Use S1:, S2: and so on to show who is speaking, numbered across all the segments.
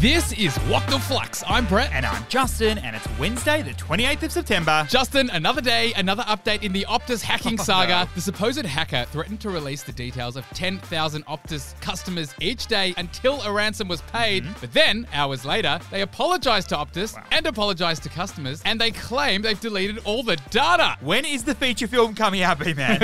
S1: This is What the Flux. I'm Brett.
S2: And I'm Justin, and it's Wednesday, the 28th of September.
S1: Justin, another day, another update in the Optus hacking
S2: Oh,
S1: saga.
S2: no.
S1: The supposed hacker threatened to release the details of 10,000 Optus customers each day until a ransom was paid.
S2: Mm-hmm.
S1: But then, hours later, they apologized to Optus and apologized to customers, and they claim they've deleted all the data.
S2: When is the feature film coming out, B Man?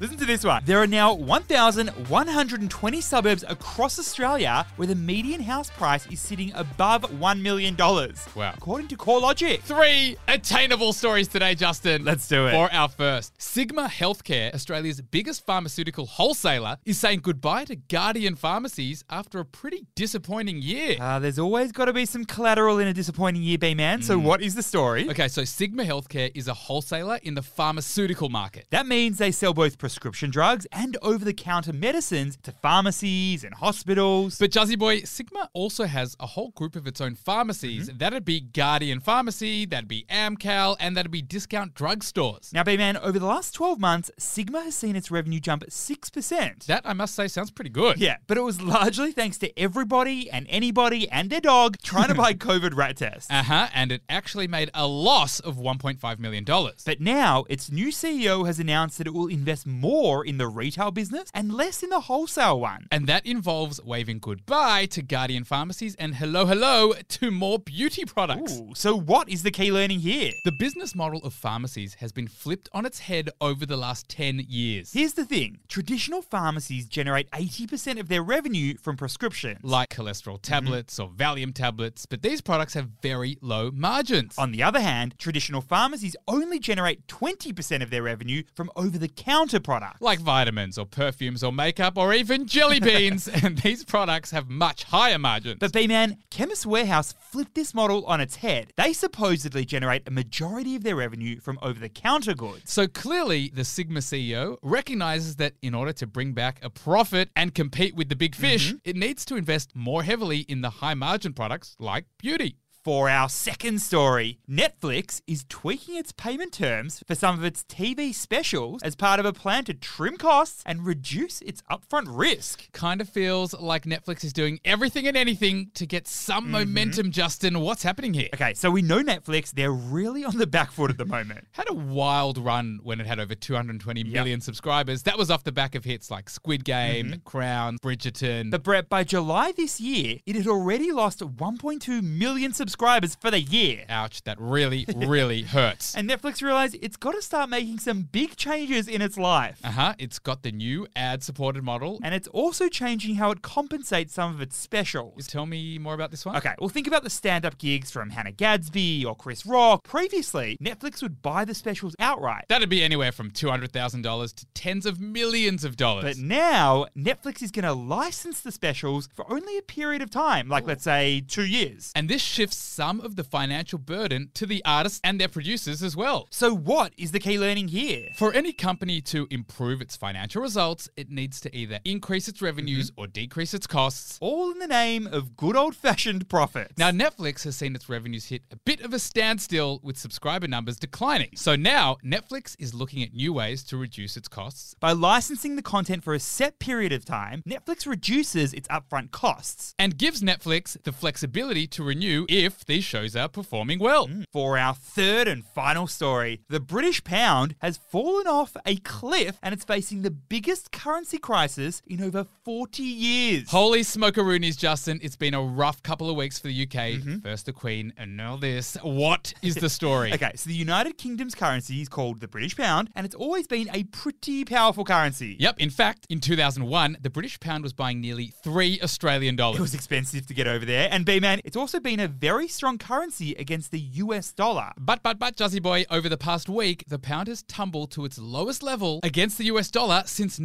S2: Listen to this one. There are now 1,120 suburbs across Australia where the median house price is sitting above $1 million.
S1: Wow.
S2: According to CoreLogic.
S1: Three attainable stories today, Justin.
S2: Let's do it.
S1: For our first, Sigma Healthcare, Australia's biggest pharmaceutical wholesaler, is saying goodbye to Guardian pharmacies after a pretty disappointing year.
S2: Uh, there's always got to be some collateral in a disappointing year, B Man. So, what is the story?
S1: Mm. Okay, so Sigma Healthcare is a wholesaler in the pharmaceutical market.
S2: That means they sell both prescription drugs and over the counter medicines to pharmacies and hospitals.
S1: But Juzzy Boy, Sigma also has a whole group of its own pharmacies.
S2: Mm-hmm.
S1: That'd be Guardian Pharmacy, that'd be Amcal, and that'd be discount drugstores.
S2: Now, B Man, over the last 12 months, Sigma has seen its revenue jump 6%.
S1: That, I must say, sounds pretty good.
S2: yeah, but it was largely thanks to everybody and anybody and their dog trying to buy COVID rat tests.
S1: Uh huh, and it actually made a loss of $1.5 million.
S2: But now, its new CEO has announced that it will invest more in the retail business and less in the wholesale one.
S1: And that involves waving goodbye to Guardian Pharmacies and hello, hello to more beauty products.
S2: Ooh, so, what is the key learning here?
S1: The business model of pharmacies has been flipped on its head over the last 10 years.
S2: Here's the thing traditional pharmacies generate 80% of their revenue from prescriptions.
S1: like cholesterol
S2: Mm-hmm.
S1: tablets or Valium tablets, but these products have very low margins.
S2: On the other hand, traditional pharmacies only generate 20% of their revenue from over the counter products.
S1: like vitamins or perfumes or makeup or even jelly beans, and these products have much higher margins.
S2: But B Man, Chemist Warehouse flipped this model on its head. They supposedly generate a majority of their revenue from over the counter goods.
S1: so clearly, the Sigma CEO recognizes that in order to bring back a profit and compete with the big fish,
S2: Mm-hmm.
S1: it needs to invest more heavily in the high margin products like beauty.
S2: For our second story, Netflix is tweaking its payment terms for some of its TV specials as part of a plan to trim costs and reduce its upfront risk.
S1: Kind of feels like Netflix is doing everything and anything to get some momentum, Justin. What's happening here?
S2: Mm-hmm. Okay, so we know Netflix, they're really on the back foot at the moment.
S1: had a wild run when it had over 220 million subscribers. That was off the back of hits like Squid
S2: Mm-hmm.
S1: Game, Crown, Bridgerton.
S2: But Brett, by July this year, it had already lost 1.2 million subscribers for the year.
S1: Ouch, that really, really hurts.
S2: And Netflix realized it's got to start making some big changes in its life.
S1: Uh huh. It's got the new ad supported model.
S2: And it's also changing how it compensates some of its
S1: Just
S2: specials.
S1: Tell me more about this one.
S2: Okay, well, think about the stand up gigs from Hannah Gadsby or Chris Rock. Previously, Netflix would buy the specials outright.
S1: That'd be anywhere from $200,000 to tens of millions of dollars.
S2: But now, Netflix is going to license the specials for only a period of time, like let's say two years.
S1: and this shifts some of the financial burden to the artists and their producers as well.
S2: So, what is the key learning here?
S1: For any company to improve its financial results, it needs to either increase its revenues or decrease its costs.
S2: All in the name of good old fashioned profits.
S1: Now, Netflix has seen its revenues hit a bit of a standstill with subscriber numbers declining. So now, Netflix is looking at new ways to reduce its costs.
S2: By licensing the content for a set period of time, Netflix reduces its upfront costs.
S1: And gives Netflix the flexibility to renew if these shows are performing well.
S2: For our third and final story, the British pound has fallen off a cliff and it's facing the biggest currency crisis in over 40 years.
S1: Holy smokeroonies, Justin. It's been a rough couple of weeks for the UK.
S2: Mm-hmm.
S1: First the Queen, and now this. What is the story?
S2: Okay, so the United Kingdom's currency is called the British pound, and it's always been a pretty powerful currency.
S1: Yep, in fact, in 2001, the British pound was buying nearly three Australian dollars.
S2: It was expensive to get over there, and B man, it's also been a very strong currency against the US dollar.
S1: But, but, but, Juzzy Boy, over the past week, the pound has tumbled to its lowest level against the US dollar since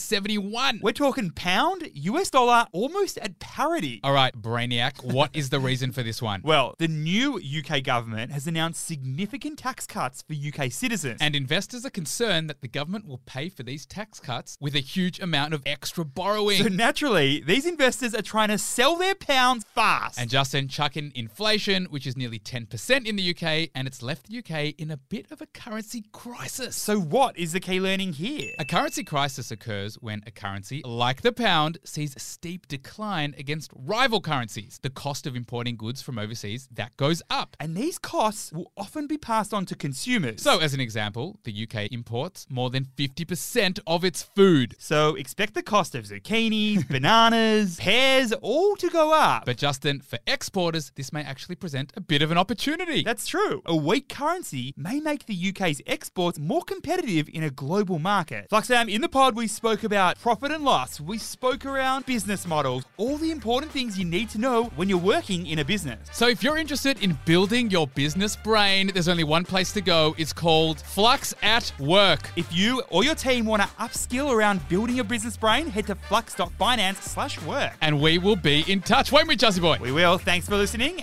S1: 1971.
S2: We're talking pound, US dollar, almost at parity.
S1: All right, Brainiac, what is the reason for this one?
S2: Well, the new UK government has announced significant tax cuts for UK citizens.
S1: And investors are concerned that the government will pay for these tax cuts with a huge amount of extra borrowing.
S2: So naturally, these investors are trying to sell their pounds fast.
S1: and Justin, chuck in, in inflation, which is nearly 10% in the UK, and it's left the UK in a bit of a currency crisis.
S2: So, what is the key learning here?
S1: A currency crisis occurs when a currency, like the pound, sees a steep decline against rival currencies. The cost of importing goods from overseas, that goes up.
S2: And these costs will often be passed on to consumers.
S1: So, as an example, the UK imports more than 50% of its food.
S2: So expect the cost of zucchinis, bananas, pears all to go up.
S1: But Justin, for exporters, this may actually present a bit of an opportunity.
S2: That's true. A weak currency may make the UK's exports more competitive in a global market. Like Sam, in the pod, we spoke about profit and loss. We spoke around business models, all the important things you need to know when you're working in a business.
S1: So if you're interested in building your business brain, there's only one place to go. It's called Flux at Work.
S2: If you or your team want to upskill around building your business brain, head to flux.finance slash work.
S1: And we will be in touch, won't we, Jazzy Boy?
S2: We will. Thanks for listening,